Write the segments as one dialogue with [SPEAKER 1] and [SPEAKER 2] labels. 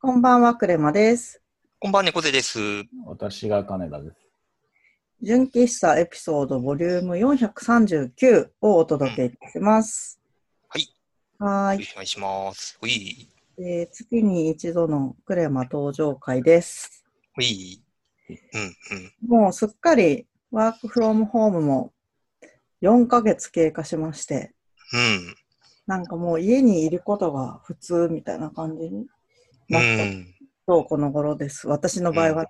[SPEAKER 1] こんばんは、クレマです。
[SPEAKER 2] こんばんは、猫背です。
[SPEAKER 3] 私が金田です。
[SPEAKER 1] 純喫茶エピソードボリューム439をお届けいたします。
[SPEAKER 2] はい。
[SPEAKER 1] は
[SPEAKER 2] お
[SPEAKER 1] ーい。
[SPEAKER 2] 願いします。ほい、
[SPEAKER 1] えー月に一度のクレマ登場会です。
[SPEAKER 2] ほい。うん、うん。
[SPEAKER 1] もうすっかりワークフロームホームも4ヶ月経過しまして、
[SPEAKER 2] うん。
[SPEAKER 1] なんかもう家にいることが普通みたいな感じに
[SPEAKER 2] う
[SPEAKER 1] なった
[SPEAKER 2] ん。
[SPEAKER 1] 今日この頃です。私の場合は、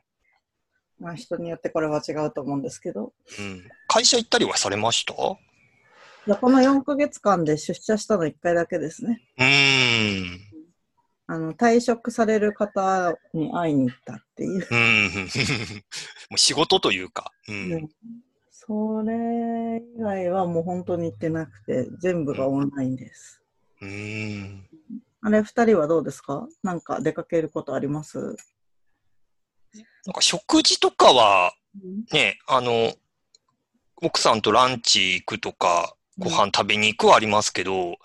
[SPEAKER 1] まあ人によってこれは違うと思うんですけど。
[SPEAKER 2] うん。会社行ったりはされましたう
[SPEAKER 1] いやこの4ヶ月間で出社したの1回だけですね。
[SPEAKER 2] ーん。
[SPEAKER 1] あの退職される方に会いに行ったっていう。
[SPEAKER 2] うん。 もう仕事というか。うん。
[SPEAKER 1] それ以外はもう本当に行ってなくて、全部がオンラインです。
[SPEAKER 2] うん。
[SPEAKER 1] あれ、2人はどうですかなんか出かけることあります、
[SPEAKER 2] なんか食事とかは、ね、あの、奥さんとランチ行くとか、ご飯食べに行くはありますけど、
[SPEAKER 1] うん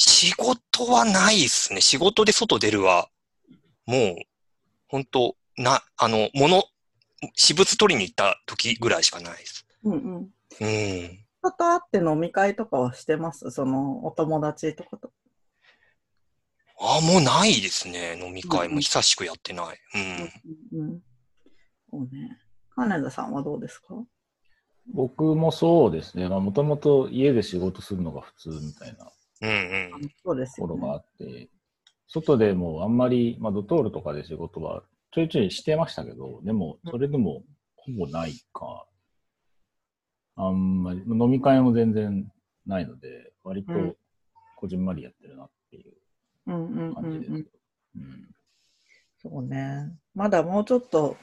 [SPEAKER 2] 仕事はないっすね。仕事で外出るは、もう、ほんと、な、あの、物、私物取りに行った時ぐらいしかないです。
[SPEAKER 1] うんうん。
[SPEAKER 2] うん。
[SPEAKER 1] 人と会って飲み会とかはしてますそのお友達とかと。
[SPEAKER 2] あ、もうないですね。飲み会
[SPEAKER 1] うんうん
[SPEAKER 2] も久しくやってない。う。
[SPEAKER 1] うんんうん。そうね。金田さんはどうですか
[SPEAKER 3] 僕もそうですね。まあ、もともと家で仕事するのが普通みたいなと
[SPEAKER 2] うんうん。
[SPEAKER 1] そうです
[SPEAKER 3] こ
[SPEAKER 1] よ、
[SPEAKER 3] ろ
[SPEAKER 1] ね。
[SPEAKER 3] があって、外でもあんまり、まあ、ドトールとかで仕事はちょいちょいしてましたけど、でも、それでもほぼないか。あんまり、飲み会も全然ないので、割と
[SPEAKER 1] うん
[SPEAKER 3] こじんまりやってるなっていう
[SPEAKER 1] うんうんうん
[SPEAKER 3] 感じです。
[SPEAKER 1] う
[SPEAKER 3] うんん。
[SPEAKER 1] そうね。まだもうちょっと、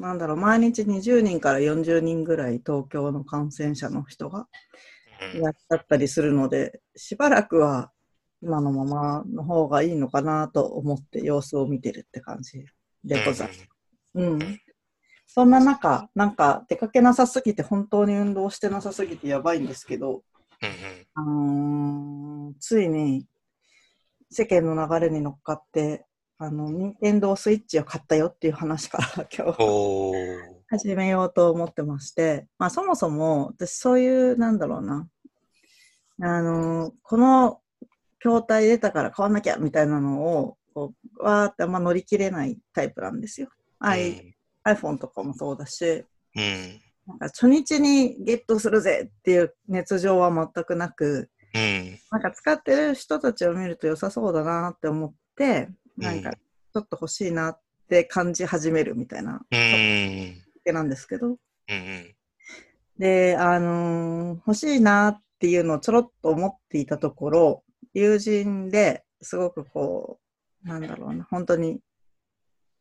[SPEAKER 1] なんだろう、毎日20人から40人ぐらい東京の感染者の人が
[SPEAKER 2] う
[SPEAKER 1] い
[SPEAKER 2] ん
[SPEAKER 1] らっしゃったりするので、しばらくは今のままの方がいいのかなと思って様子を見てるって感じでございます。うん。そんな中、なんか出かけなさすぎて、本当に運動してなさすぎてやばいんですけど、
[SPEAKER 2] うんう
[SPEAKER 1] あの
[SPEAKER 2] ん。
[SPEAKER 1] ーついに世間の流れに乗っかって、あの、任天堂スイッチを買ったよっていう話から今日
[SPEAKER 2] おー。
[SPEAKER 1] 始めようと思ってまして、 まあそもそも私そういう、なんだろうな、あのーこの筐体出たから買わなきゃみたいなのを、こう、わーってあんま乗り切れないタイプなんですよ。アイ iPhone とかもそうだし、
[SPEAKER 2] うん。うん。
[SPEAKER 1] なんか初日にゲットするぜっていう熱情は全くなく、
[SPEAKER 2] うん。
[SPEAKER 1] なんか使ってる人たちを見ると良さそうだなって思って、なんか
[SPEAKER 2] うん
[SPEAKER 1] ちょっと欲しいなって感じ始めるみたいな
[SPEAKER 2] うん。
[SPEAKER 1] 手なんですけど、
[SPEAKER 2] うん。
[SPEAKER 1] で、あのー欲しいなっていうのをちょろっと思っていたところ、友人ですごくこう、なんだろうな、本当に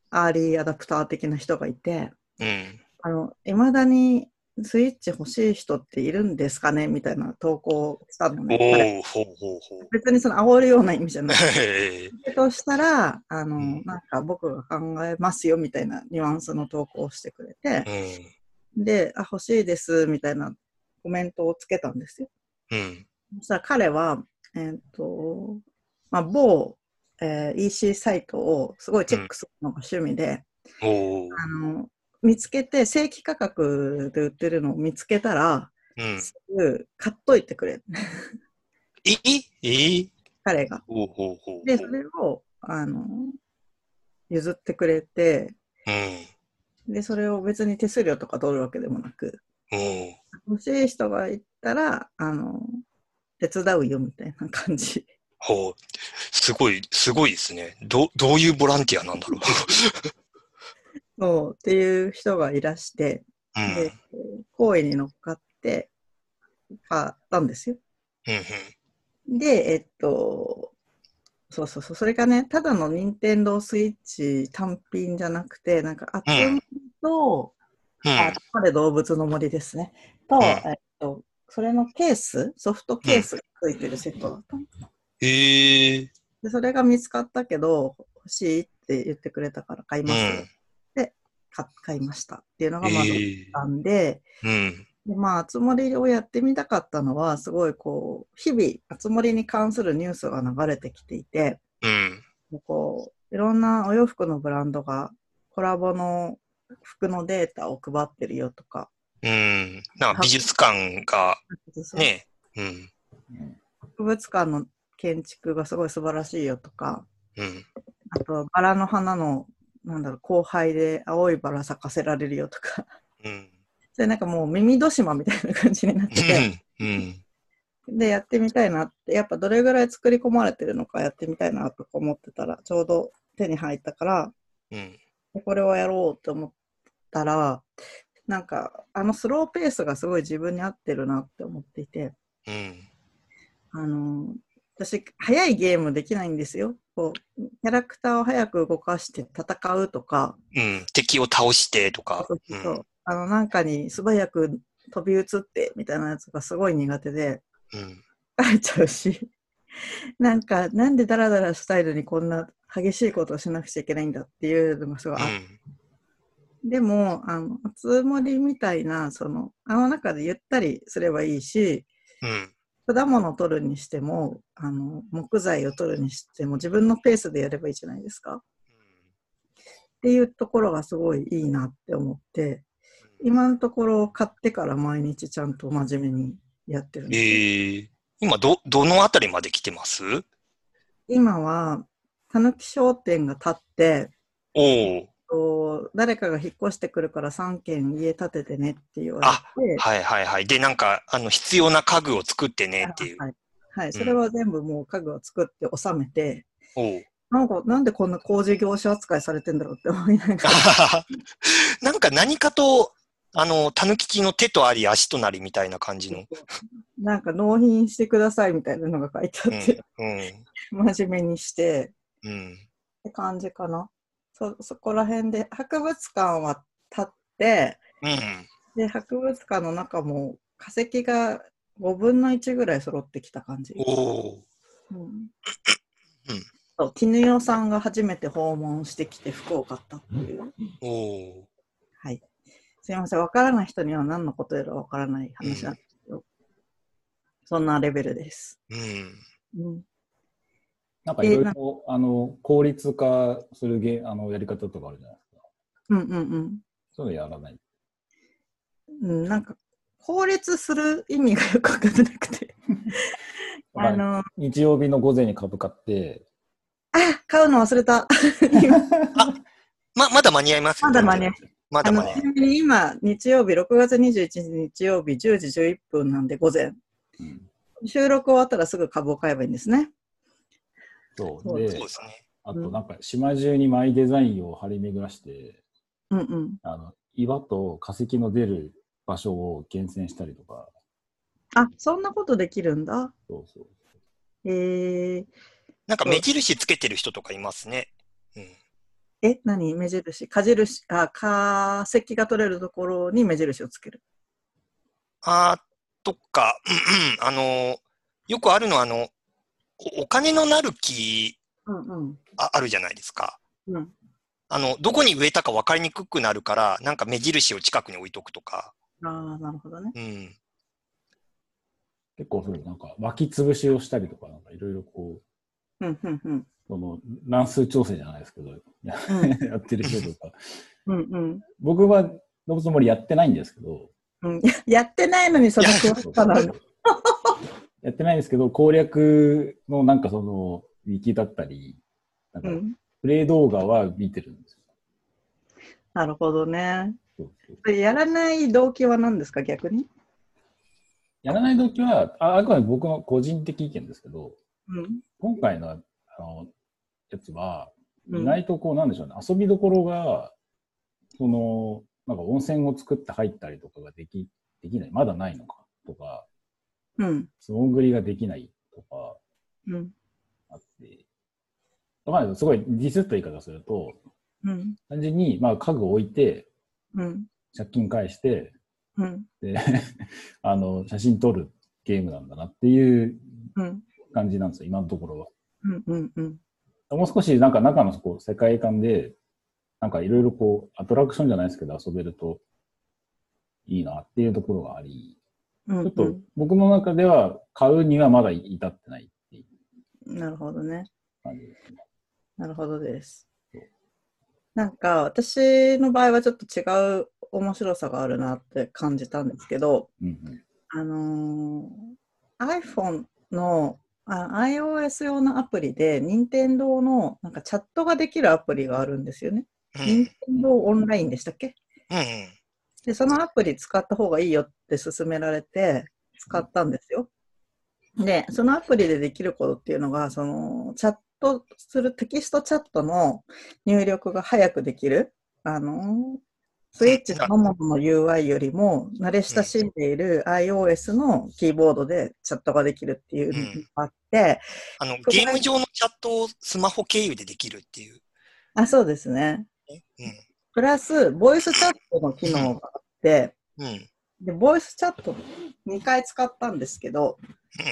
[SPEAKER 1] アーリーアダプター的な人がいて、
[SPEAKER 2] うん。
[SPEAKER 1] あの、いまだにスイッチ欲しい人っているんですかねみたいな投稿をしたの
[SPEAKER 2] お
[SPEAKER 1] ね。
[SPEAKER 2] ー、ほうほうほう。
[SPEAKER 1] 別にその煽るような意味じゃない。
[SPEAKER 2] へー
[SPEAKER 1] としたら、あの、
[SPEAKER 2] うん
[SPEAKER 1] なんか僕が考えますよみたいなニュアンスの投稿をしてくれて、
[SPEAKER 2] う
[SPEAKER 1] で、あ、欲しいですみたいなコメントをつけたんですよ。
[SPEAKER 2] ん。うん。
[SPEAKER 1] そしたら彼は、えーっ、と、まあ、某、えー EC サイトをすごいチェックするのが趣味で、
[SPEAKER 2] おー。
[SPEAKER 1] あの、見つけて、正規価格で売ってるのを見つけたら、
[SPEAKER 2] うん。
[SPEAKER 1] すぐ買っといてくれ、
[SPEAKER 2] ええ
[SPEAKER 1] 彼が。
[SPEAKER 2] ほうほうほう。
[SPEAKER 1] で、それを、あの、譲ってくれて、
[SPEAKER 2] うん。
[SPEAKER 1] で、それを別に手数料とか取るわけでもなく、
[SPEAKER 2] うん。
[SPEAKER 1] 欲しい人がいたら、あの、手伝うよみたいな感じ。
[SPEAKER 2] ほう。すごい、すごいですね。ど、どういうボランティアなんだろう。
[SPEAKER 1] そう、っていう人がいらして、
[SPEAKER 2] うん。うん。
[SPEAKER 1] で、行為に乗っかって、買ったんですよ。
[SPEAKER 2] うん。
[SPEAKER 1] で、えっと、そうそうそう、それがね、ただの任天堂スイッチ単品じゃなくて、なんか、あっという間と、
[SPEAKER 2] うん。
[SPEAKER 1] あ、ここで動物の森ですね。と、
[SPEAKER 2] うん
[SPEAKER 1] えっと、それのケース、ソフトケースがついてるセットだったの
[SPEAKER 2] ええ
[SPEAKER 1] で、それが見つかったけど、欲しいって言ってくれたから買います。買買いましたっていうの
[SPEAKER 2] うん。
[SPEAKER 1] がまず
[SPEAKER 2] え
[SPEAKER 1] あっ
[SPEAKER 2] え
[SPEAKER 1] たんで、
[SPEAKER 2] うん。
[SPEAKER 1] でまあ、あつ森をやってみたかったのは、すごいこう、日々、あつ森に関するニュースが流れてきていて、
[SPEAKER 2] うん。
[SPEAKER 1] こう、いろんなお洋服のブランドがコラボの服のデータを配ってるよとか。
[SPEAKER 2] うん。なんか美術館がね、うん。
[SPEAKER 3] うん
[SPEAKER 1] 博物館の建築がすごい素晴らしいよとか、
[SPEAKER 2] うん。
[SPEAKER 1] あとバラの花の、なんだろう、後輩で青いバラ咲かせられるよとか、
[SPEAKER 2] うん。
[SPEAKER 1] それなんかもう耳戸島みたいな感じになって
[SPEAKER 2] う
[SPEAKER 1] て、
[SPEAKER 2] ん。うん。
[SPEAKER 1] で、やってみたいなって、やっぱどれぐらい作り込まれてるのかやってみたいなとか思ってたら、ちょうど手に入ったから、
[SPEAKER 2] うん。
[SPEAKER 1] でこれをやろうと思ったら、なんかあのスローペースがすごい自分に合ってるなって思っていて、
[SPEAKER 2] うん。
[SPEAKER 1] あの私、早いゲームできないんですよ。こう、キャラクターを早く動かして戦うとか、
[SPEAKER 2] うん。敵を倒してとか
[SPEAKER 1] そう。
[SPEAKER 2] う。
[SPEAKER 1] そうんあの、なんかに素早く飛び移ってみたいなやつがすごい苦手で、
[SPEAKER 2] うん。
[SPEAKER 1] 疲れ ちゃうし、なんか、なんでダラダラスタイルにこんな激しいことをしなくちゃいけないんだっていうのがすごいあっ
[SPEAKER 2] うん。
[SPEAKER 1] でも、あの、つもりみたいな、その、あの中でゆったりすればいいし、
[SPEAKER 2] うん。
[SPEAKER 1] 果物を取るにしてもあの木材を取るにしても自分のペースでやればいいじゃないですかっていうところがすごいいいなって思って今のところ買ってから毎日ちゃんと真面目にやってるん
[SPEAKER 2] え
[SPEAKER 1] ですよ、
[SPEAKER 2] ー、今ど、どのあたりまで来てます
[SPEAKER 1] 今はたぬき商店が建って
[SPEAKER 2] おー
[SPEAKER 1] と誰かが引っ越してくるから3軒家建ててねって言われて
[SPEAKER 2] はいはいはい。で、なんか、あの、必要な家具を作ってねっていう。
[SPEAKER 1] はいはい、それは全部もう家具を作って収めて、
[SPEAKER 2] おー
[SPEAKER 1] なんかなんでこんな工事業者扱いされてんだろうって思いなが ら
[SPEAKER 2] なんか何かと、あの、たぬきの手とあり足となりみたいな感じの。
[SPEAKER 1] なんか納品してくださいみたいなのが書いて
[SPEAKER 2] う
[SPEAKER 1] あ
[SPEAKER 2] ん
[SPEAKER 1] って、。
[SPEAKER 2] うん。
[SPEAKER 1] 真面目にして
[SPEAKER 2] うん。
[SPEAKER 1] って感じかなそそこら辺で博物館は立って
[SPEAKER 2] うん。
[SPEAKER 1] で博物館の中も化石が5分の1ぐらい揃ってきた感じ、
[SPEAKER 2] おー
[SPEAKER 1] うん
[SPEAKER 2] うん
[SPEAKER 1] そう絹代さんが初めて訪問してきて福岡だっていう、
[SPEAKER 2] おー
[SPEAKER 1] はい、すいませんわからない人には何のことやらわからない話なんですけど、そんなレベルです、
[SPEAKER 2] うん。
[SPEAKER 1] うん
[SPEAKER 3] なんかいろいろ、あの、効率化するゲあのやり方とかあるじゃないですか。
[SPEAKER 1] うんうん
[SPEAKER 3] そういうのやらない。
[SPEAKER 1] うん。うん、なんか、法律する意味がよくわからなくて。あの、あ、
[SPEAKER 3] 日曜日の午前に株買って、
[SPEAKER 1] 買うの忘れた。
[SPEAKER 2] ま、まだ間に合います
[SPEAKER 1] まだ間に合い
[SPEAKER 2] ま
[SPEAKER 1] あ
[SPEAKER 2] だ間
[SPEAKER 1] の、
[SPEAKER 2] に合い
[SPEAKER 1] ちなみに今、日曜日、6月21日日曜日、10時11分なんで午前。
[SPEAKER 3] うん
[SPEAKER 1] 収録終わったらすぐ株を買えばいいんですね。
[SPEAKER 3] そう
[SPEAKER 2] そ
[SPEAKER 3] で
[SPEAKER 2] うですね。
[SPEAKER 3] あとなんか島中にマイデザインを張り巡らして、
[SPEAKER 1] うんうん。
[SPEAKER 3] あの岩と化石の出る場所を厳選したりとか、
[SPEAKER 1] あ、そんなことできるんだ。
[SPEAKER 3] そうそう。
[SPEAKER 1] えー、
[SPEAKER 2] なんか目印つけてる人とかいますね。うん。
[SPEAKER 1] え、何目印。か印、あ、化石が取れるところに目印をつける。
[SPEAKER 2] あーとか、うんうんあの、よくあるのは、あの、おお金のなる木
[SPEAKER 1] うんうん。
[SPEAKER 2] ああるじゃないですか。
[SPEAKER 1] うん、
[SPEAKER 2] あの、どこに植えたか分かりにくくなるから、なんか目印を近くに置いとくとか。
[SPEAKER 1] ああ、なるほどね。
[SPEAKER 2] うん。
[SPEAKER 3] 結構そういうなんか湧き潰しをしたりとか、なんかいろいろこう、
[SPEAKER 1] うんうんうん。
[SPEAKER 3] その乱数調整じゃないですけど、 や
[SPEAKER 1] うん
[SPEAKER 3] やってる人とか。
[SPEAKER 1] うんうん。
[SPEAKER 3] 僕は動物の森やってないんですけど、
[SPEAKER 1] うんややってないのにその詳しさなんだ。
[SPEAKER 3] やってないんですけど、攻略のなんかその、ウィキだったり、なん
[SPEAKER 1] う
[SPEAKER 3] か
[SPEAKER 1] ん
[SPEAKER 3] プレイ動画は見てるんですよ。
[SPEAKER 1] なるほどね。
[SPEAKER 3] そうそう
[SPEAKER 1] やらない動機は何ですか、逆に。
[SPEAKER 3] やらない動機は、ああくまで僕の個人的意見ですけど、
[SPEAKER 1] うん。
[SPEAKER 3] 今回のあのやつは、
[SPEAKER 1] う
[SPEAKER 3] 意
[SPEAKER 1] ん、
[SPEAKER 3] 外とこうなんでしょうね、遊びどころが、その、なんか温泉を作って入ったりとかができ、できない、まだないのかとか、
[SPEAKER 1] うん。
[SPEAKER 3] 素潜りができないとか
[SPEAKER 1] うん。
[SPEAKER 3] あって、わかんないですすごいディスった言い方すると、
[SPEAKER 1] うん。
[SPEAKER 3] 単純に、まあ家具置いて、
[SPEAKER 1] うん。
[SPEAKER 3] 借金返して、
[SPEAKER 1] うん。
[SPEAKER 3] で、 あの、写真撮るゲームなんだなっていう
[SPEAKER 1] うん。
[SPEAKER 3] 感じなんですよ、今のところは。
[SPEAKER 1] うん。うん。うん。
[SPEAKER 3] もう少しなんか中のこう世界観で、なんかいろいろこう、アトラクションじゃないですけど遊べるといいなっていうところがあり、
[SPEAKER 1] うん
[SPEAKER 3] ちょ
[SPEAKER 1] う
[SPEAKER 3] っと
[SPEAKER 1] ん
[SPEAKER 3] 僕の中では買うにはまだ至ってないっていう
[SPEAKER 1] なるほどね。
[SPEAKER 3] 感じですね。
[SPEAKER 1] なるほどです。なんか私の場合はちょっと違う面白さがあるなって感じたんですけど、
[SPEAKER 3] うんうん
[SPEAKER 1] あのー iPhone のあ iOS 用のアプリで、任天堂のなんかチャットができるアプリがあるんですよね。
[SPEAKER 2] うん。
[SPEAKER 1] 任天堂オンラインでしたっけ
[SPEAKER 2] うんうん。
[SPEAKER 1] で、そのアプリ使った方がいいよって勧められて、使ったんですよ。で、そのアプリでできることっていうのが、その、チャットする、テキストチャットの入力が早くできる。あの、スイッチそのものの UI よりも、慣れ親しんでいる iOS のキーボードでチャットができるっていうのがあって、
[SPEAKER 2] あの、ゲーム上のチャットをスマホ経由でできるっていう。
[SPEAKER 1] あ、そうですね。
[SPEAKER 2] う
[SPEAKER 1] プラス、ボイスチャットの機能があって、
[SPEAKER 2] ん。うん。
[SPEAKER 1] で、ボイスチャット2回使ったんですけど、
[SPEAKER 2] うん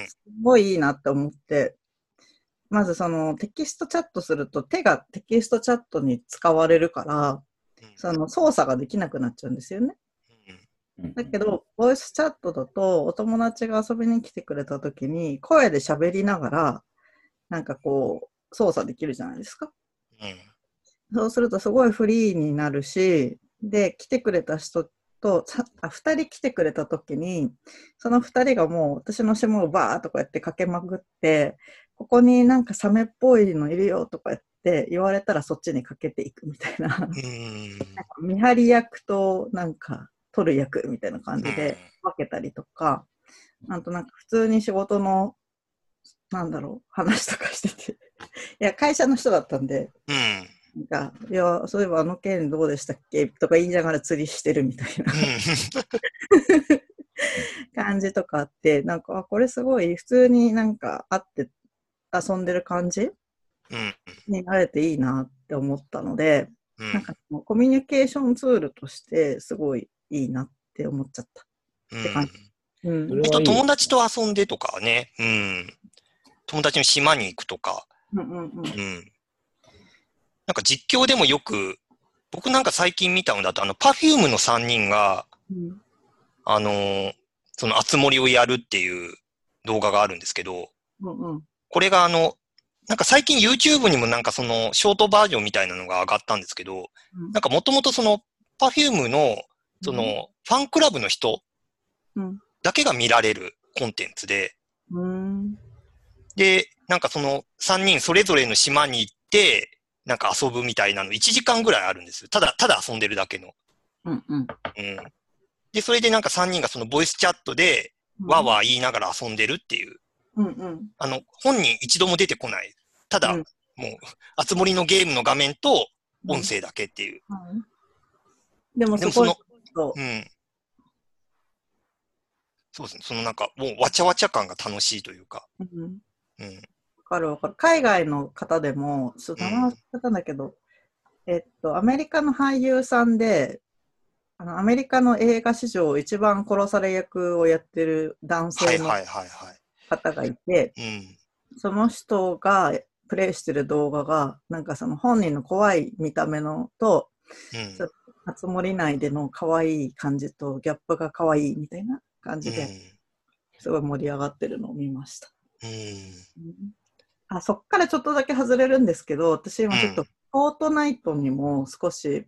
[SPEAKER 1] すごいいいなって思って、まずそのテキストチャットすると手がテキストチャットに使われるから、
[SPEAKER 2] うん
[SPEAKER 1] その操作ができなくなっちゃうんですよね。
[SPEAKER 2] うん
[SPEAKER 3] うん
[SPEAKER 1] だけど、ボイスチャットだとお友達が遊びに来てくれた時に声で喋りながら、なんかこう操作できるじゃないですか。
[SPEAKER 2] うん。
[SPEAKER 1] そうするとすごいフリーになるし、で、来てくれた人と、さあ2人来てくれた時に、その2人がもう私の島をバーっとこうやってかけまくって、ここになんかサメっぽいのいるよとか言って言われたらそっちにかけていくみたいな、なんか
[SPEAKER 2] うん。
[SPEAKER 1] 見張り役となんか取る役みたいな感じで分けたりとか、あとなんか普通に仕事の、なんだろう、話とかしてて。いや、会社の人だったんで、
[SPEAKER 2] うん。うん。
[SPEAKER 1] なんか、いや、そういえばあの件どうでしたっけとか言いながら釣りしてるみたいな感じとかあって、なんか、あこれすごい普通になんか会って遊んでる感じ
[SPEAKER 2] うん。
[SPEAKER 1] になれていいなって思ったので、
[SPEAKER 2] うん
[SPEAKER 1] なんかそのコミュニケーションツールとしてすごいいいなって思っちゃった。
[SPEAKER 2] うん
[SPEAKER 1] って感じう
[SPEAKER 3] そ
[SPEAKER 1] ん
[SPEAKER 3] れ。
[SPEAKER 2] あ
[SPEAKER 3] は
[SPEAKER 2] と
[SPEAKER 3] いい
[SPEAKER 2] 友達と遊んでとかね、うん。友達の島に行くとか、
[SPEAKER 1] うんうんうん。
[SPEAKER 2] うん。なんか実況でもよく、僕なんか最近見たのだと、あの、パフュームの3人が、
[SPEAKER 1] うん
[SPEAKER 2] あのーその、あつ森をやるっていう動画があるんですけど、
[SPEAKER 1] うんうん。
[SPEAKER 2] これがあの、なんか最近 YouTube にもなんかその、ショートバージョンみたいなのが上がったんですけど、なんかもともとその、パフュームの、その、ファンクラブの人
[SPEAKER 1] うん
[SPEAKER 2] だけが見られるコンテンツで、
[SPEAKER 1] うん。
[SPEAKER 2] で、なんかその3人それぞれの島に行って、なんか遊ぶみたいなの1時間ぐらいあるんですよ。ただ、ただ遊んでるだけの。
[SPEAKER 1] うんうん。
[SPEAKER 2] うん。で、それでなんか3人がそのボイスチャットで、わーわー言いながら遊んでるっていう。
[SPEAKER 1] うんうん。
[SPEAKER 2] あの、本人一度も出てこない。ただ、
[SPEAKER 1] うん
[SPEAKER 2] もう、あつ森のゲームの画面と音声だけっていう。
[SPEAKER 1] うん。でも
[SPEAKER 2] で
[SPEAKER 1] そ
[SPEAKER 2] もそ
[SPEAKER 1] こ
[SPEAKER 2] の
[SPEAKER 1] にそう
[SPEAKER 2] うん。そうですね。そのなんか、もうわちゃわちゃ感が楽しいというか。
[SPEAKER 1] うん
[SPEAKER 2] うん。
[SPEAKER 1] わかるわかる。海外の方でも、ちょっと名前忘れちゃったんだけど、えっと、アメリカの俳優さんで、あのアメリカの映画史上一番殺され役をやってる男
[SPEAKER 2] は
[SPEAKER 1] 性
[SPEAKER 2] い
[SPEAKER 1] の
[SPEAKER 2] はいはいは
[SPEAKER 1] 方がいて、
[SPEAKER 2] い。うん。
[SPEAKER 1] その人がプレイしてる動画が、なんかその本人の怖い見た目のと、
[SPEAKER 2] うん。
[SPEAKER 1] そう熱森内での可愛い感じとギャップが可愛いみたいな感じで、すごい盛り上がってるのを見ました。
[SPEAKER 2] うん。うん。
[SPEAKER 1] あそっからちょっとだけ外れるんですけど、私今ちょっ
[SPEAKER 2] う
[SPEAKER 1] と
[SPEAKER 2] ん
[SPEAKER 1] フォートナイトにも少し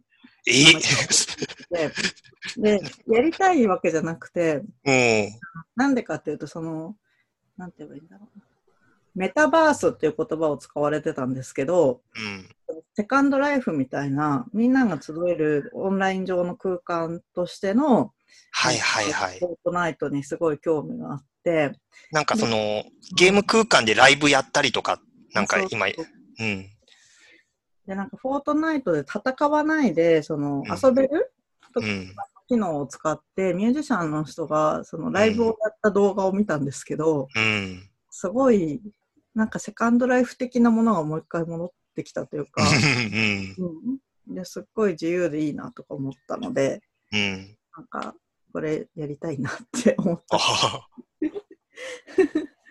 [SPEAKER 2] え
[SPEAKER 1] で、で、やりたいわけじゃなくて、
[SPEAKER 2] うん。
[SPEAKER 1] なんでかっていうと、その、なんて言えばいいんだろう。メタバースっていう言葉を使われてたんですけど、
[SPEAKER 2] うん。
[SPEAKER 1] セカンドライフみたいな、みんなが集えるオンライン上の空間としての、
[SPEAKER 2] はいはいはい
[SPEAKER 1] フ。ォートナイトにすごい興味があって、
[SPEAKER 2] なんかその、ゲーム空間でライブやったりとか、なんか今、
[SPEAKER 1] そう
[SPEAKER 2] うん。
[SPEAKER 1] で、なんかフォートナイトで戦わないで、その、
[SPEAKER 2] うん
[SPEAKER 1] 遊べる
[SPEAKER 2] うん。
[SPEAKER 1] 機能を使ってミュージシャンの人がそのライブをやった動画を見たんですけど、
[SPEAKER 2] うん。
[SPEAKER 1] すごいなんかセカンドライフ的なものがもう一回戻ってきたというか、
[SPEAKER 2] うん。
[SPEAKER 1] うん、ですっごい自由でいいなとか思ったので
[SPEAKER 2] うん。
[SPEAKER 1] なんかこれやりたいなって思った。
[SPEAKER 2] あは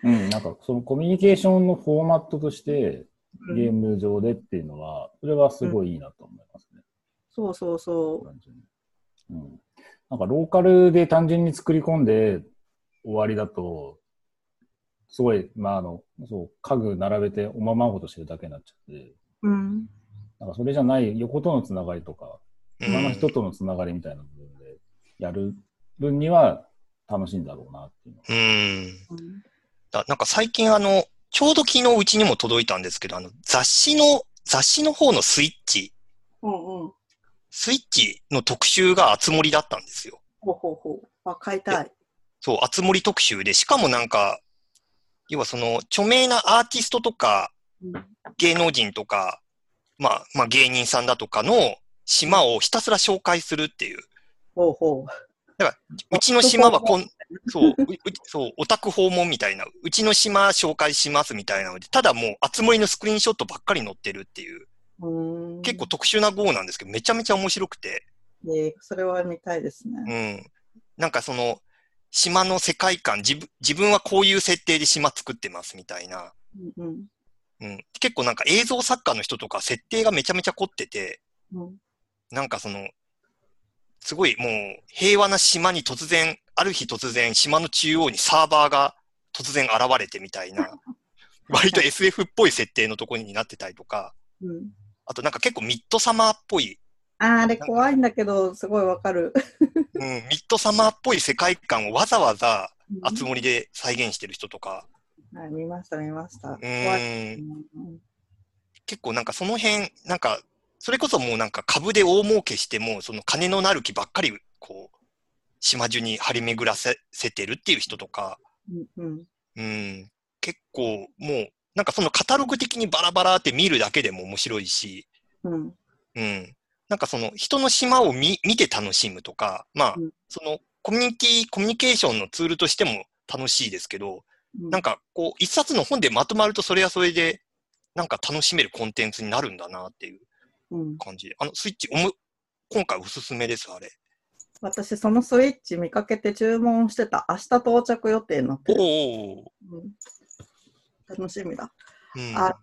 [SPEAKER 3] うん、なんかそのコミュニケーションのフォーマットとして
[SPEAKER 1] うん
[SPEAKER 3] ゲーム上でっていうのは、それはすごいいいなと思いますね。
[SPEAKER 1] そうそうそ
[SPEAKER 3] 単純にうん、なんかローカルで単純に作り込んで終わりだと、すごい、まああの、そう、家具並べておままごとしてるだけになっちゃって、
[SPEAKER 1] うん。
[SPEAKER 3] なんかそれじゃない横とのつながりとか、
[SPEAKER 2] う
[SPEAKER 3] 他の
[SPEAKER 2] ん
[SPEAKER 3] 人とのつながりみたいな部分でやる分には楽しいんだろうなっていうのは。
[SPEAKER 2] うん。
[SPEAKER 1] うん
[SPEAKER 2] だなんか最近あの、ちょうど昨日うちにも届いたんですけど、あの、雑誌の、雑誌の方のスイッチ、
[SPEAKER 1] うんうん。
[SPEAKER 2] スイッチの特集が熱盛だったんですよ。
[SPEAKER 1] ほうほうほう。あ、買いたい。
[SPEAKER 2] そう、熱盛特集で、しかもなんか、要はその、著名なアーティストとか、
[SPEAKER 1] うん
[SPEAKER 2] 芸能人とか、まあ、まあ芸人さんだとかの島をひたすら紹介するっていう。
[SPEAKER 1] ほうほ
[SPEAKER 2] うちの島はこん、そう、ううそう、オタク訪問みたいな、うちの島紹介しますみたいなので、ただもう、熱盛のスクリーンショットばっかり載ってるっていう、
[SPEAKER 1] う。うーん
[SPEAKER 2] 結構。特殊な号なんですけど、めちゃめちゃ面白くて、
[SPEAKER 1] えーそれは見たいですね。
[SPEAKER 2] うん。なんかその、島の世界観、自分自分はこういう設定で島作ってますみたいな、
[SPEAKER 1] うんうん。
[SPEAKER 2] うん、結構なんか映像作家の人とか設定がめちゃめちゃ凝ってて、
[SPEAKER 1] うん
[SPEAKER 2] なんかその、すごいもう平和な島に突然、ある日突然島の中央にサーバーが突然現れてみたいな、割と SF っぽい設定のところになってたりとか、
[SPEAKER 1] うん。
[SPEAKER 2] あとなんか結構ミッドサマーっぽい、
[SPEAKER 1] あーあれ怖いんだけど、すごいわかる。
[SPEAKER 2] うん、ミッドサマーっぽい世界観をわざわざ熱盛で再現してる人とか、
[SPEAKER 1] はい見ました、見ました。
[SPEAKER 2] う
[SPEAKER 1] 怖い。
[SPEAKER 2] ん、
[SPEAKER 1] うん
[SPEAKER 2] 結構なんかその辺、なんか、それこそもうなんか株で大儲けしても、その金のなる木ばっかり、こう、島中に張り巡らせせてるっていう人とか、
[SPEAKER 1] うんうん
[SPEAKER 2] うん、結構もう、なんかそのカタログ的にバラバラって見るだけでも面白いし、
[SPEAKER 1] うん
[SPEAKER 2] うん、なんかその人の島を見見て楽しむとか、まあ
[SPEAKER 1] うん、
[SPEAKER 2] そのコミュニティ、コミュニケーションのツールとしても楽しいですけど、
[SPEAKER 1] うん
[SPEAKER 2] なんかこう、一冊の本でまとまるとそれはそれで、なんか楽しめるコンテンツになるんだなっていう。
[SPEAKER 1] うん
[SPEAKER 2] 感じで。あの、スイッチ、おも今回おすすめです、あれ。
[SPEAKER 1] 私、そのスイッチ見かけて注文してた、明日到着予定になってる。
[SPEAKER 2] おお、
[SPEAKER 1] うん楽しみだ。
[SPEAKER 2] うん、
[SPEAKER 1] あ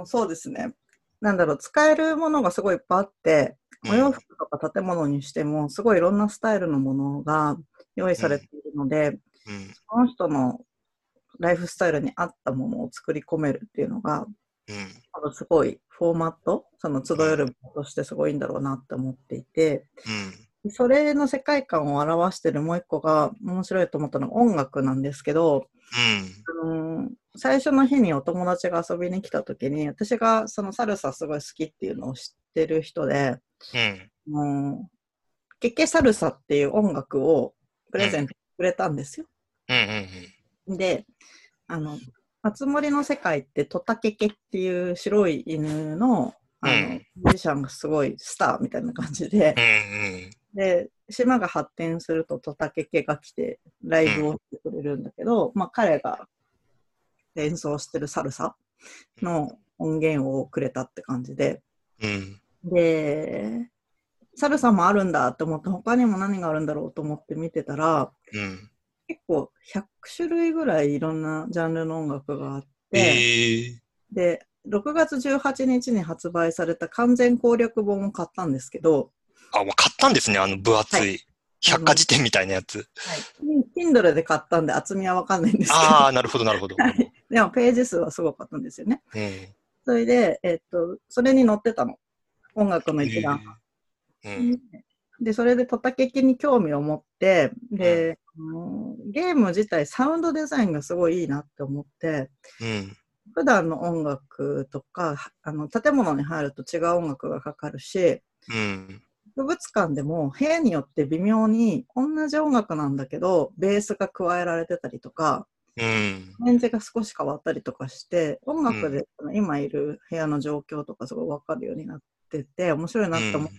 [SPEAKER 1] うんそうですね。なんだろう、使えるものがすごいいっぱいあって、
[SPEAKER 2] うん
[SPEAKER 1] お洋服とか建物にしても、すごいいろんなスタイルのものが用意されているので、
[SPEAKER 2] うん、
[SPEAKER 1] その人のライフスタイルに合ったものを作り込めるっていうのが、
[SPEAKER 2] うん、
[SPEAKER 1] 多分すごいフォーマット、その集えるものとしてすごいんだろうなって思っていて、
[SPEAKER 2] うん、
[SPEAKER 1] それの世界観を表してるもう一個が面白いと思ったのが音楽なんですけど、
[SPEAKER 2] うん、
[SPEAKER 1] あのー最初の日にお友達が遊びに来た時に、私がそのサルサすごい好きっていうのを知ってる人で、
[SPEAKER 2] うん、
[SPEAKER 1] もう、ケケサルサっていう音楽をプレゼントしてくれたんですよ。
[SPEAKER 2] うん、うん、
[SPEAKER 1] で、あの、あつ森の世界ってトタケケっていう白い犬の、あの、
[SPEAKER 2] うん
[SPEAKER 1] ミュージシャンがすごいスターみたいな感じで
[SPEAKER 2] う、ん、
[SPEAKER 1] で、島が発展するとトタケケが来てライブをしてくれるんだけど、まあ彼が演奏してるサルサの音源をくれたって感じで、
[SPEAKER 2] うん、
[SPEAKER 1] で、サルサもあるんだって思って他にも何があるんだろうと思って見てたら、
[SPEAKER 2] うん、
[SPEAKER 1] 結構100種類ぐらいいろんなジャンルの音楽があって、
[SPEAKER 2] ええ
[SPEAKER 1] で、6月18日に発売された完全攻略本を買ったんですけど、
[SPEAKER 2] あ、わ買ったんですね、あの分厚い。
[SPEAKER 1] は
[SPEAKER 2] 百科事典みたいなやつ。
[SPEAKER 1] Kindle で買ったんで厚みはわかんないんですけ
[SPEAKER 2] ああ、なるほど、なるほど。
[SPEAKER 1] はいど、でもページ数はすごかったんですよね。
[SPEAKER 2] うん。
[SPEAKER 1] それで、えっと、それに載ってたの。音楽の一覧。
[SPEAKER 2] ええうん、
[SPEAKER 1] で、それでトタケキに興味を持って、で、あのゲーム自体サウンドデザインがすごいいいなって思って、
[SPEAKER 2] うん、
[SPEAKER 1] 普段の音楽とか、あの、建物に入ると違う音楽がかかるし、
[SPEAKER 2] うん、
[SPEAKER 1] 博物館でも部屋によって微妙に同じ音楽なんだけど、ベースが加えられてたりとか、
[SPEAKER 2] うん、
[SPEAKER 1] メンズが少し変わったりとかして、音楽でその今いる部屋の状況とかすごいわかるようになってて、面白いなって思って、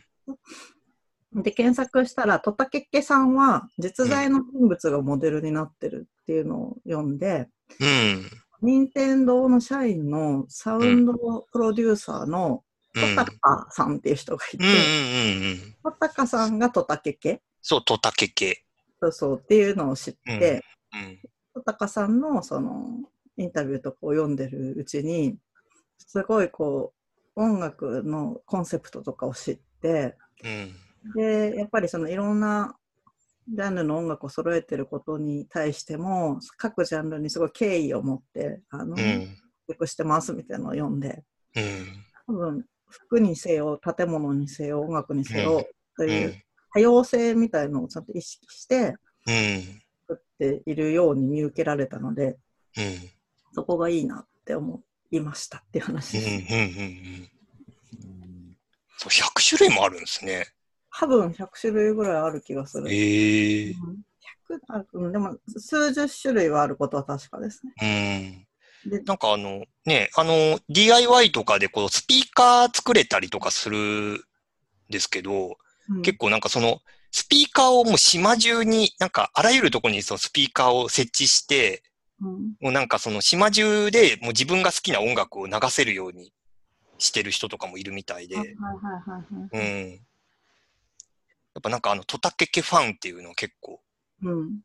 [SPEAKER 1] で検索したら、トタケッケさんは実在の人物がモデルになってるっていうのを読んで、
[SPEAKER 2] うん、
[SPEAKER 1] 任天堂の社員のサウンドプロデューサーの
[SPEAKER 2] う
[SPEAKER 1] ト
[SPEAKER 2] ん、
[SPEAKER 1] タカさんっていう人がいて
[SPEAKER 2] うん、う、ん、うん。
[SPEAKER 1] トタカさんがトタケッケ
[SPEAKER 2] そう、トタケケ。
[SPEAKER 1] そうそうっていうのを知って、
[SPEAKER 2] うん、
[SPEAKER 1] 小高さんのそのインタビューとかを読んでるうちにすごいこう音楽のコンセプトとかを知って
[SPEAKER 2] うん、
[SPEAKER 1] でやっぱりそのいろんなジャンルの音楽を揃えてることに対しても各ジャンルにすごい敬意を持ってあの、
[SPEAKER 2] うん、
[SPEAKER 1] よくしてますみたいなのを読んで
[SPEAKER 2] うん、
[SPEAKER 1] 多分、服にせよ、建物にせよ、音楽にせ
[SPEAKER 2] うん
[SPEAKER 1] よ、と
[SPEAKER 2] う。
[SPEAKER 1] いうん多様性みたいのをちゃんと意識して
[SPEAKER 2] うん。
[SPEAKER 1] 作っているように見受けられたので、
[SPEAKER 2] うん。
[SPEAKER 1] そこがいいなって思いましたっていう話
[SPEAKER 2] うん。う
[SPEAKER 1] で
[SPEAKER 2] ん
[SPEAKER 1] す。。
[SPEAKER 2] うん。そう、100種類もあるんですね。
[SPEAKER 1] 多分100種類ぐらいある気がする。
[SPEAKER 2] ええ
[SPEAKER 1] うん100あうん、でも数十種類はあることは確かですね。
[SPEAKER 2] うん。
[SPEAKER 1] で
[SPEAKER 2] なんかあの、ね、あの、DIY とかでこう、スピーカー作れたりとかするんですけど、
[SPEAKER 1] うん
[SPEAKER 2] 結構なんかその、スピーカーをもう島中に、なんかあらゆるところにそのスピーカーを設置して、
[SPEAKER 1] うん
[SPEAKER 2] もうなんかその島中でもう自分が好きな音楽を流せるようにしてる人とかもいるみたいで、
[SPEAKER 1] あはいはいはいはい。
[SPEAKER 2] うん。やっぱなんかあの、トタケケファンっていうのは結構、
[SPEAKER 1] うん。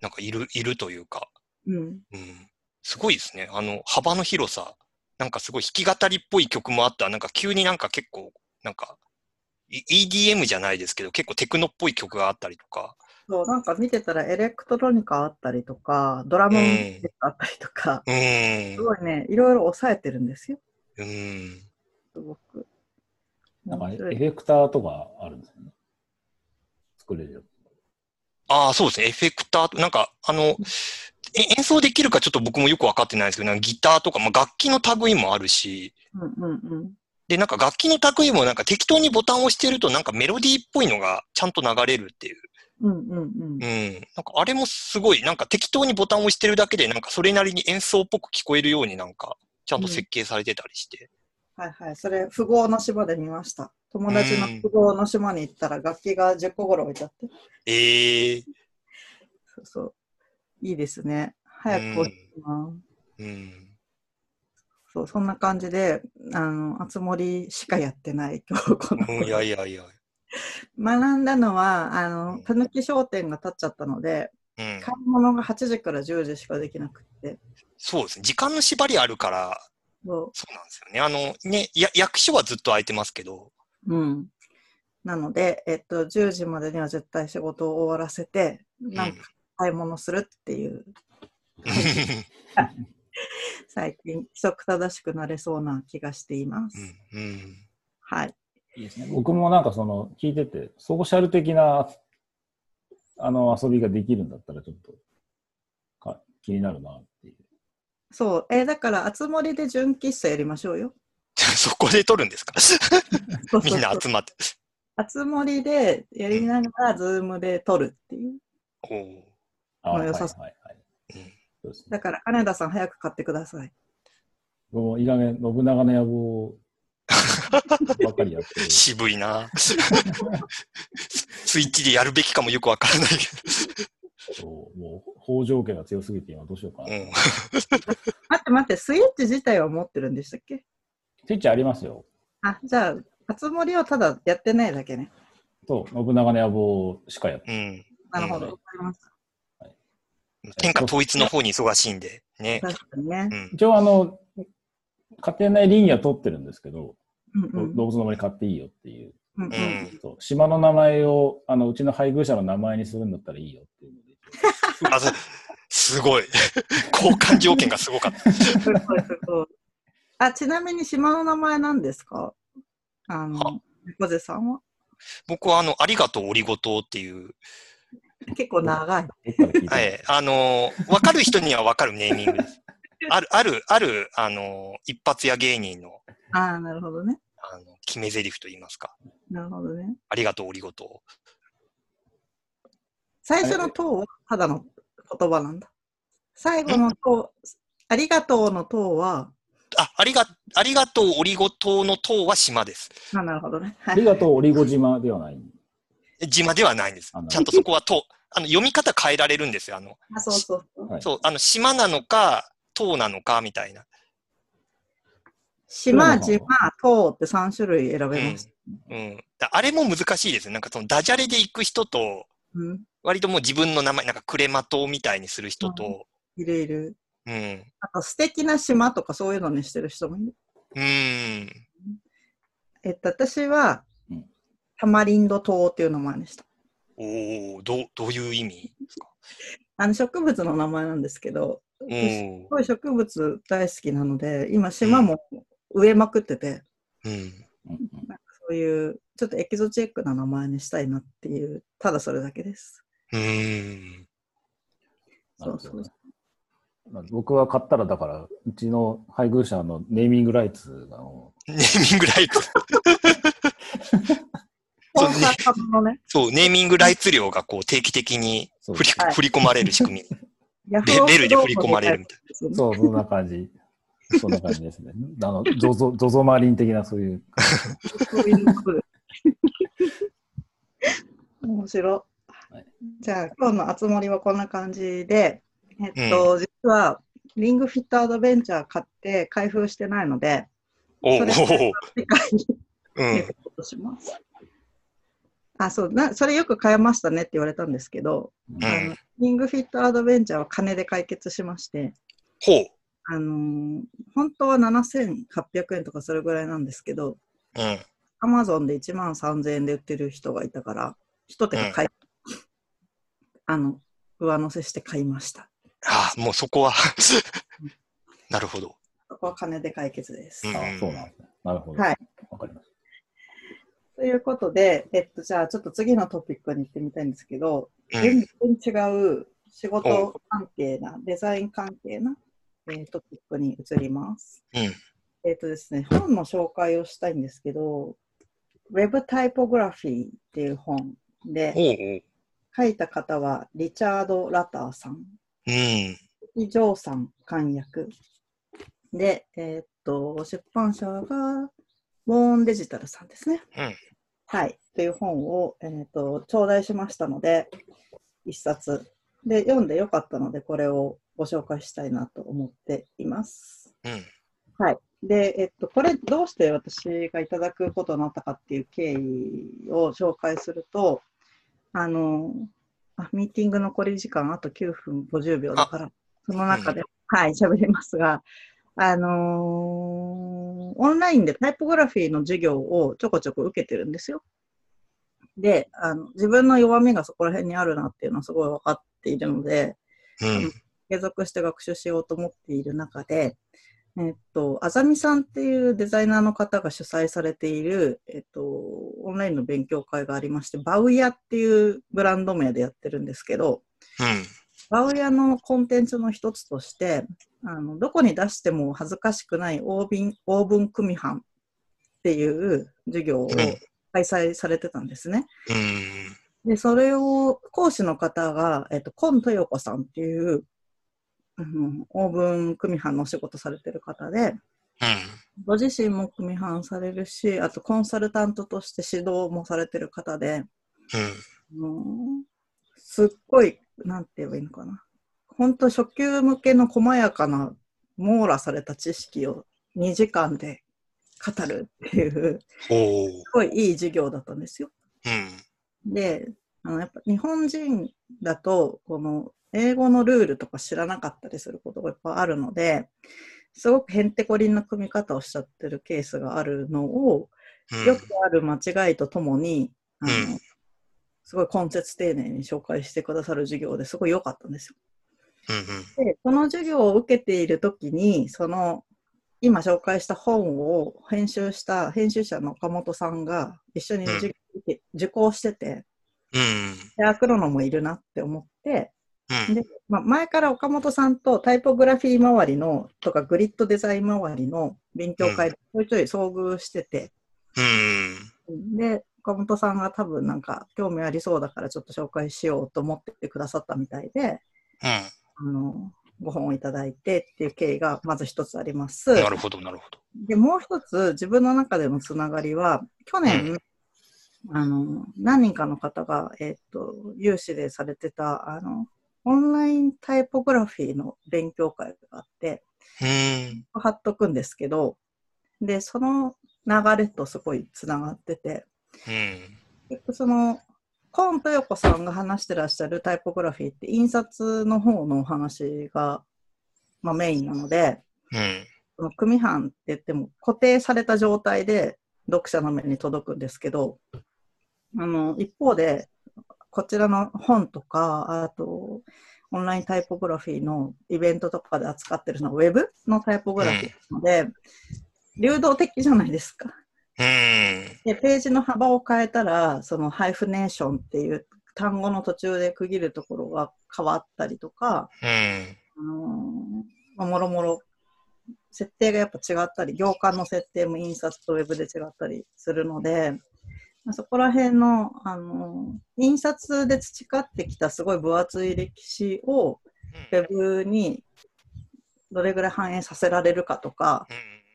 [SPEAKER 2] なんかいる、いるというか、
[SPEAKER 1] うん。
[SPEAKER 2] うん。すごいですね。あの、幅の広さ。なんかすごい弾き語りっぽい曲もあった。なんか急になんか結構、なんか、い EDM じゃないですけど、結構テクノっぽい曲があったりとか。
[SPEAKER 1] そう、なんか見てたらエレクトロニカあったりとか、ドラムあったりとか、
[SPEAKER 2] うー
[SPEAKER 1] す
[SPEAKER 2] ん。
[SPEAKER 1] ごいね、いろいろ抑えてるんですよ。
[SPEAKER 2] うーん。
[SPEAKER 1] すごく。
[SPEAKER 3] なんか、
[SPEAKER 1] 面
[SPEAKER 3] エ
[SPEAKER 1] 白い
[SPEAKER 3] レクターとかあるんですよね。作れるよ。
[SPEAKER 2] ああ、そうですね。エフェクターと、なんか、あの、え演奏できるかちょっと僕もよくわかってないんですけど、なんかギターとか、まあ、楽器の類もあるし、
[SPEAKER 1] うんうんうん。
[SPEAKER 2] で、なんか楽器の類もなんか適当にボタンを押してるとなんかメロディーっぽいのがちゃんと流れるっていう。
[SPEAKER 1] うんうん
[SPEAKER 2] うん。なんかあれもすごい、なんか適当にボタンを押してるだけでなんかそれなりに演奏っぽく聞こえるようになんかちゃんと設計されてたりして。
[SPEAKER 1] はいはい。それ、富豪の島で見ました。友達の
[SPEAKER 2] うん
[SPEAKER 1] 富豪の島に行ったら楽器が10個ぐらい置いてあって。
[SPEAKER 2] ええ
[SPEAKER 1] そうそう。いいですね。早く
[SPEAKER 2] ー。
[SPEAKER 1] 欲しいな。
[SPEAKER 2] うん。うん。
[SPEAKER 1] そう、そんな感じで、あの、あつ森しかやってない、 今日この
[SPEAKER 2] うん、いやいやいや。
[SPEAKER 1] 学んだのは、あ
[SPEAKER 2] う
[SPEAKER 1] の
[SPEAKER 2] ん、
[SPEAKER 1] たぬき商店が立っちゃったので、
[SPEAKER 2] うん。
[SPEAKER 1] 買い物が8時から10時しかできなくって、
[SPEAKER 2] そうですね。時間の縛りあるから、
[SPEAKER 1] そ
[SPEAKER 2] そうなんですよね。あの、ね、や役所はずっと空いてますけど、
[SPEAKER 1] う。うん。なので、えっと、10時までには絶対仕事を終わらせて、なんか買い物するっていう、最近、規則正しくなれそうな気がしています。
[SPEAKER 2] うん、うん。
[SPEAKER 1] はい。
[SPEAKER 3] いいですね。僕もなんかその、聞いてて、ソーシャル的な、あの、遊びができるんだったら、ちょっと、か気になるなっていう。
[SPEAKER 1] そう。えーだから、あつ森で純喫茶やりましょうよ。
[SPEAKER 2] そこで撮るんですか
[SPEAKER 1] そうそう
[SPEAKER 2] み
[SPEAKER 1] そうん
[SPEAKER 2] な集まって。
[SPEAKER 1] あつ森でやりながら、ズームで撮るっていう。
[SPEAKER 2] おー
[SPEAKER 3] あ
[SPEAKER 1] まあ良
[SPEAKER 3] はい
[SPEAKER 1] さ
[SPEAKER 3] はい
[SPEAKER 1] そ
[SPEAKER 3] はい。
[SPEAKER 2] うん。
[SPEAKER 3] そうですね。
[SPEAKER 1] だから、金田さん早く買ってください。
[SPEAKER 3] 僕もいい加減、信長の野望ばっかりやってる
[SPEAKER 2] 渋 いなススイッチでやるべきかもよくわからない
[SPEAKER 3] そうもう、北条家が強すぎて今どうしようかな。
[SPEAKER 2] けど。うん
[SPEAKER 1] 待って待って、スイッチ自体は持ってるんでしたっけ
[SPEAKER 3] スイッチありますよ。
[SPEAKER 1] あ、じゃあ、熱盛をただやってないだけね。
[SPEAKER 3] と、信長の野望しかやって
[SPEAKER 2] うん。
[SPEAKER 1] なるほど。
[SPEAKER 3] うん
[SPEAKER 1] わかりまし
[SPEAKER 2] 天下統一の方に忙しいんで。ね。
[SPEAKER 1] た。確かにね
[SPEAKER 2] う。ん。
[SPEAKER 3] 一応あの、家庭内林野取ってるんですけど、
[SPEAKER 1] うんうん。
[SPEAKER 3] 動物の森買っていいよっていう。
[SPEAKER 1] うんうん
[SPEAKER 2] うん
[SPEAKER 3] そう島の名前を、あの、うちの配偶者の名前にするんだったらいいよっていうので。
[SPEAKER 2] あすすごい。 交換条件がすごかった。
[SPEAKER 1] すごいすごい あ、ちなみに島の名前なんですかあの
[SPEAKER 2] は、
[SPEAKER 1] 猫背さんは
[SPEAKER 2] 僕はあの、ありがとうオリゴ糖っていう、
[SPEAKER 1] 結構長い。
[SPEAKER 3] どっから聞いた
[SPEAKER 2] は
[SPEAKER 3] の
[SPEAKER 2] い。あのー、わかる人にはわかるネーミングです。ある、ある、ある、あのー、一発屋芸人の、
[SPEAKER 1] ああ、なるほどね。
[SPEAKER 2] あの、決め台詞と言いますか。
[SPEAKER 1] なるほどね。
[SPEAKER 2] ありがとう、オリゴ糖。
[SPEAKER 1] 最初の塔はただの言葉なんだ。最後の塔、ありがとうの塔は、
[SPEAKER 2] あ、ありが、ありがとう、オリゴ糖の糖は島です。
[SPEAKER 1] あ、なるほどね。は
[SPEAKER 3] あ
[SPEAKER 1] い
[SPEAKER 3] りがとう、オリゴ島ではない。
[SPEAKER 2] 島ではないんです
[SPEAKER 3] あなるほ。ど
[SPEAKER 2] ちゃんとそこは糖。あの、読み方変えられるんですよ。あの、
[SPEAKER 1] あ、そうそうそう。
[SPEAKER 3] はい
[SPEAKER 2] そう、あの、島なのか、塔なのか、みたいな。
[SPEAKER 1] 島、島、島って3種類選べます。
[SPEAKER 2] うん。だあれも難しいですよ。なんかそのダジャレで行く人と、
[SPEAKER 1] うん。
[SPEAKER 2] 割ともう自分の名前、なんかクレマ島みたいにする人と、
[SPEAKER 1] いるいる。
[SPEAKER 2] うん。う
[SPEAKER 1] あと、素敵な島とかそういうのにしてる人もいる。
[SPEAKER 2] ーん。
[SPEAKER 1] えっと、私は
[SPEAKER 3] うん、
[SPEAKER 1] タマリンド島っていう名前でした。
[SPEAKER 2] おおどう、どういう意味
[SPEAKER 1] あの、植物の名前なんですけど、
[SPEAKER 2] お
[SPEAKER 1] す
[SPEAKER 2] ー
[SPEAKER 1] ごい植物大好きなので、今、島も植えまくってて、
[SPEAKER 2] うん。
[SPEAKER 3] うんうん
[SPEAKER 1] なんかそういう、ちょっとエキゾチックな名前にしたいなっていう、ただそれだけです。
[SPEAKER 2] うーん。
[SPEAKER 3] なるほ
[SPEAKER 1] そうそ
[SPEAKER 3] ど
[SPEAKER 1] う
[SPEAKER 3] ねまあ僕は買ったら、だから、うちの配偶者のネーミングライツがも
[SPEAKER 2] ネーミングライツ。そう
[SPEAKER 1] 本社株のね、
[SPEAKER 2] そう、ネーミングライツ料がこう定期的に
[SPEAKER 3] う、そう
[SPEAKER 2] 振り,、
[SPEAKER 1] はい
[SPEAKER 2] 振り込まれる仕組 み。
[SPEAKER 1] ヤ
[SPEAKER 2] レベルで振り込まれるみたい
[SPEAKER 1] そう
[SPEAKER 3] そう、そんな感じ。そんな感じですね。 あの、ゾゾ、ゾゾマリン的なそう
[SPEAKER 1] い
[SPEAKER 3] いう。
[SPEAKER 1] うことです面白
[SPEAKER 3] はい。
[SPEAKER 1] じゃあ、今日の集まりはこんな感じで、えっと、実は、リングフィットアドベンチャー買って開封してないので、
[SPEAKER 2] おうお
[SPEAKER 1] そうれ
[SPEAKER 2] おう
[SPEAKER 1] 世界に
[SPEAKER 2] うん。
[SPEAKER 1] とします。あ、そうな、それよく買えましたねって言われたんですけど、
[SPEAKER 2] う
[SPEAKER 1] あ
[SPEAKER 2] ん
[SPEAKER 1] のリングフィットアドベンチャーは金で解決しまして、
[SPEAKER 2] ほう。
[SPEAKER 1] あのー本当は7800円とかそれぐらいなんですけど、
[SPEAKER 2] うん。
[SPEAKER 1] アマゾンで1万3000円で売ってる人がいたから、一手が買い、あの、上乗せして買いました。
[SPEAKER 2] ああ、もうそこは。 なるほど。
[SPEAKER 1] そこは金で解決です。
[SPEAKER 2] うん
[SPEAKER 3] あそうなんですね。なるほど。
[SPEAKER 1] はい
[SPEAKER 3] わかりまし
[SPEAKER 1] ということで、えっと、じゃあちょっと次のトピックに行ってみたいんですけど、
[SPEAKER 2] う
[SPEAKER 1] 全
[SPEAKER 2] ん。
[SPEAKER 1] 然違う仕事関係な、デザイン関係な、えートピックに移ります。
[SPEAKER 2] うん
[SPEAKER 1] えっ、とですね、本の紹介をしたいんですけど、Web タイポグラフィーっていう本で、
[SPEAKER 2] おうおう。
[SPEAKER 1] 書いた方はリチャード・ラターさん、
[SPEAKER 2] うん。
[SPEAKER 1] ジョーさん簡約。で、えっと、出版社が、ボーンデジタルさんですね。
[SPEAKER 2] うん
[SPEAKER 1] はい。という本を、えっと、頂戴しましたので、一冊。で、読んでよかったので、これをご紹介したいなと思っています。
[SPEAKER 2] うん。
[SPEAKER 1] はい。で、えっと、これ、どうして私がいただくことになったかっていう経緯を紹介すると、あの、あミーティング残り時間あと9分50秒だから、その中で、はい、喋りますが、あのーオンラインでタイポグラフィーの授業をちょこちょこ受けてるんですよ。で、あの自分の弱みがそこら辺にあるなっていうのはすごい分かっているので、
[SPEAKER 2] うん。
[SPEAKER 1] 継続して学習しようと思っている中で、えっと、あざみさんっていうデザイナーの方が主催されている、えっと、オンラインの勉強会がありまして、バウヤっていうブランド名でやってるんですけど、
[SPEAKER 2] うん。
[SPEAKER 1] バウヤのコンテンツの一つとして、あのどこに出しても恥ずかしくないオービンオーブン組版っていう授業を
[SPEAKER 2] うん
[SPEAKER 1] 開催されてたんですね。
[SPEAKER 2] うん。
[SPEAKER 1] で、それを講師の方が、えっと、今豊子さんっていう、あのオーブン組版のお仕事されてる方で、
[SPEAKER 2] うん。
[SPEAKER 1] ご自身も組版されるし、あとコンサルタントとして指導もされてる方で、
[SPEAKER 2] うん。
[SPEAKER 1] あのすっごい、なんて言えばいいのかな。本当初級向けの細やかな、網羅された知識を2時間で語るっていう、
[SPEAKER 2] おう。
[SPEAKER 1] すごいいい授業だったんですよ。
[SPEAKER 2] うん。
[SPEAKER 1] で、あのやっぱ日本人だと、この英語のルールとか知らなかったりすることがいっぱいあるので、すごくへんてこりんな組み方をしちゃってるケースがあるのを、
[SPEAKER 2] うん。
[SPEAKER 1] よくある間違いとともに、あの
[SPEAKER 2] うん
[SPEAKER 1] すごい根節丁寧に紹介してくださる授業ですごい良かったんですよ。
[SPEAKER 2] うんうん。
[SPEAKER 1] で、この授業を受けているときに、その、今紹介した本を編集した編集者の岡本さんが一緒に授,、受講してて、
[SPEAKER 2] うん。
[SPEAKER 1] で、アクロノもいるなって思って、
[SPEAKER 2] うん。
[SPEAKER 1] でまあ、前から岡本さんとタイポグラフィー周りのとかグリッドデザイン周りの勉強会でちょいちょい遭遇してて、
[SPEAKER 2] うん。
[SPEAKER 1] で、岡本さんが多分なんか興味ありそうだからちょっと紹介しようと思っててくださったみたいで、
[SPEAKER 2] うん。
[SPEAKER 1] あの、ご本をいただいてっていう経緯がまず一つあります。
[SPEAKER 2] なるほど、なるほど。
[SPEAKER 1] で、もう一つ自分の中でのつながりは、去年、あの、何人かの方が、えっ、と、有志でされてた、あの、オンラインタイポグラフィーの勉強会があって、
[SPEAKER 2] うん。
[SPEAKER 1] 貼っとくんですけど、で、その流れとすごいつながってて、
[SPEAKER 2] うん。
[SPEAKER 1] 結局その、コーン豊子さんが話してらっしゃるタイポグラフィーって印刷の方のお話が、まあ、メインなので、
[SPEAKER 2] うん。
[SPEAKER 1] その組版って言っても固定された状態で読者の目に届くんですけど、あの、一方で、こちらの本とか、あと、オンラインタイポグラフィーのイベントとかで扱ってるのは Web のタイポグラフィーなので、流動的じゃないですか。
[SPEAKER 2] うん。
[SPEAKER 1] で、ページの幅を変えたら、そのハイフネーションっていう単語の途中で区切るところが変わったりとか、
[SPEAKER 2] うん。
[SPEAKER 1] あのーまあもろもろ、設定がやっぱ違ったり、行間の設定も印刷とウェブで違ったりするので、まあそこら辺の、あのー印刷で培ってきたすごい分厚い歴史を、ウェブにどれぐらい反映させられるかとか、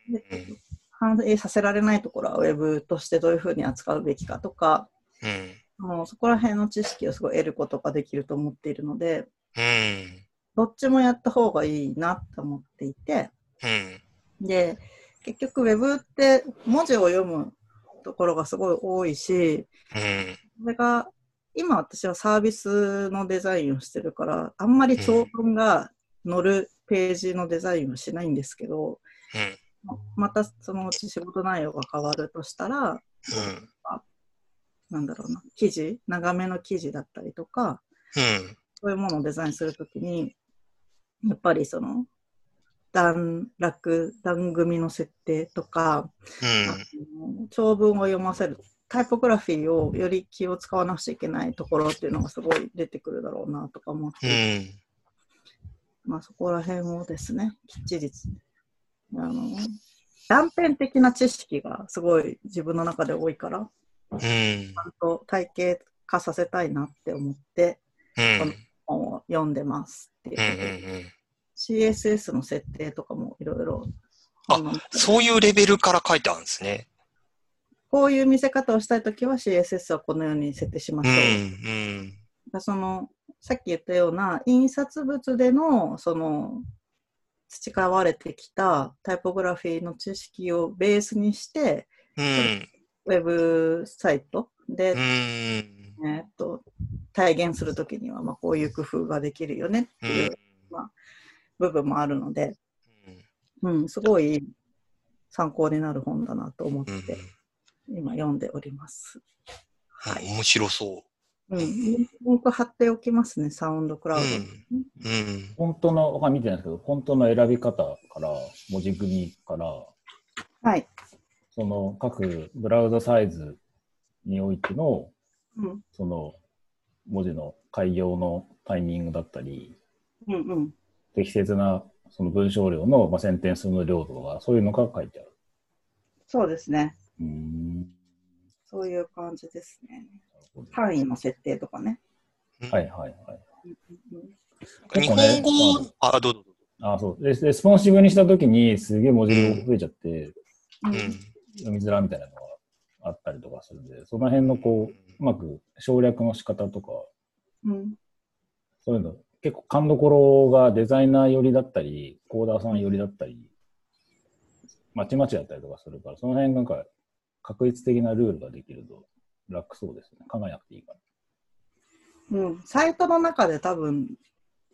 [SPEAKER 2] うん。うん。
[SPEAKER 1] 反映させられないところはウェブとしてどういうふうに扱うべきかとか、
[SPEAKER 2] うん。
[SPEAKER 1] もうそこら辺の知識をすごい得ることができると思っているので、
[SPEAKER 2] うん。
[SPEAKER 1] どっちもやった方がいいなと思っていて、
[SPEAKER 2] うん。
[SPEAKER 1] で、結局ウェブって文字を読むところがすごい多いし、
[SPEAKER 2] うん。
[SPEAKER 1] それが今私はサービスのデザインをしてるから、あんまり長文が載るページのデザインをしないんですけど、
[SPEAKER 2] うん。
[SPEAKER 1] またそのうち仕事内容が変わるとしたら、
[SPEAKER 2] うん。
[SPEAKER 1] なんだろうな、記事、長めの記事だったりとか、
[SPEAKER 2] うん。
[SPEAKER 1] そういうものをデザインするときに、やっぱりその、段落、番組の設定とか、あの長文を読ませる、タイポグラフィーをより気を使わなくちゃいけないところっていうのがすごい出てくるだろうなとか思って、
[SPEAKER 2] うん。
[SPEAKER 1] まあそこら辺をですね、きっちり、あの、断片的な知識がすごい自分の中で多いから、
[SPEAKER 2] うん。
[SPEAKER 1] ちゃんと体系化させたいなって思って本を読んでますっていうこ
[SPEAKER 2] う
[SPEAKER 1] とで
[SPEAKER 2] ん。うん。
[SPEAKER 1] CSS の設定とかもいろいろ
[SPEAKER 2] あ
[SPEAKER 1] 本の中で
[SPEAKER 2] そういうレベルから書いてあるんですね。
[SPEAKER 1] こういう見せ方をしたいときは CSS はこのように設定しま
[SPEAKER 2] う
[SPEAKER 1] しょ
[SPEAKER 2] ん
[SPEAKER 1] う。だからそのさっき言ったような印刷物でのその培われてきたタイポグラフィーの知識をベースにして
[SPEAKER 2] うん。うん。
[SPEAKER 1] ウェブサイトで、
[SPEAKER 2] うん。
[SPEAKER 1] えーっと体現するときにはまあこういう工夫ができるよねって
[SPEAKER 2] う。
[SPEAKER 1] いうん部分もあるので、うん、すごい参考になる本だなと思っ
[SPEAKER 2] う
[SPEAKER 1] て、
[SPEAKER 2] ん。
[SPEAKER 1] 今読んでおります。はい。
[SPEAKER 2] 面白そ
[SPEAKER 1] うん。リンク貼っておきますね、サウンドク
[SPEAKER 2] う。
[SPEAKER 1] ラ
[SPEAKER 2] う
[SPEAKER 1] ウド。
[SPEAKER 2] ん。うん。
[SPEAKER 3] フォントの、他見てないんですけど、フォントの選び方から、文字組みから、
[SPEAKER 1] はい。
[SPEAKER 3] その各ブラウザサイズにおいての、
[SPEAKER 1] うん。
[SPEAKER 3] その文字の改行のタイミングだったり、
[SPEAKER 1] うんうん。
[SPEAKER 3] 適切なその文章量の、まあ、センテンスの量とか、そういうのが書いてある。
[SPEAKER 1] そうですね。
[SPEAKER 3] うーん。
[SPEAKER 1] そういう感じですね。
[SPEAKER 3] なるほど
[SPEAKER 1] 単位の設定とかね。
[SPEAKER 3] はいはいはい。
[SPEAKER 1] うんうん
[SPEAKER 2] 日本語、あ、どうぞ。
[SPEAKER 3] あそうレス。レスポンシブにしたときに、すげえ文字量が増えちゃって、
[SPEAKER 1] うんう
[SPEAKER 2] う
[SPEAKER 1] ん
[SPEAKER 2] ん。
[SPEAKER 3] 読みづらみたいなのがあったりとかするんで、その辺のこう、うまく省略の仕方とか、
[SPEAKER 1] うん
[SPEAKER 3] そういうの、結構勘どころがデザイナー寄りだったり、コーダーさん寄りだったり、まちまちだったりとかするから、その辺なんか、確率的なルールができると楽そうですね。考えなくていいから。
[SPEAKER 1] うん、サイトの中で多分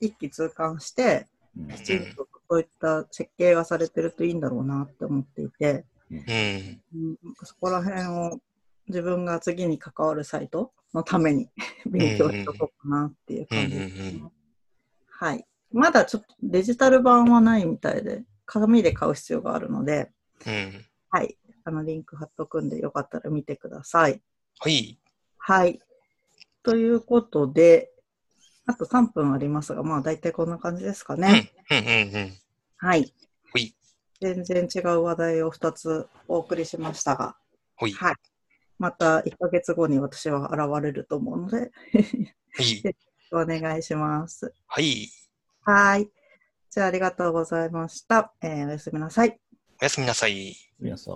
[SPEAKER 1] 一気通貫して、
[SPEAKER 3] うん
[SPEAKER 1] きちんとそういった設計がされてるといいんだろうなって思っていて、
[SPEAKER 2] うん。
[SPEAKER 1] うんなんかそこら辺を自分が次に関わるサイトのために勉強しとこうかなっていう
[SPEAKER 2] うん。う
[SPEAKER 1] 感じ、
[SPEAKER 2] ん。
[SPEAKER 1] はい。まだちょっとデジタル版はないみたいで、紙で買う必要があるので、
[SPEAKER 2] うん。
[SPEAKER 1] はい。あの、リンク貼っとくんで、よかったら見てください。
[SPEAKER 2] はい。
[SPEAKER 1] はい。ということで、あと3分ありますが、まあ大体こんな感じですか
[SPEAKER 2] うん。
[SPEAKER 1] ね。
[SPEAKER 2] うん。うん。
[SPEAKER 1] はい。
[SPEAKER 2] ほい
[SPEAKER 1] 全然違う話題を2つお送りしましたが、
[SPEAKER 2] はい。
[SPEAKER 1] はい。また1ヶ月後に私は現れると思うので、
[SPEAKER 2] はい。
[SPEAKER 1] お願いします。
[SPEAKER 2] はい。
[SPEAKER 1] はい。じゃあありがとうございました。えーおやすみなさい。
[SPEAKER 2] おやすみなさい。
[SPEAKER 3] 皆さん、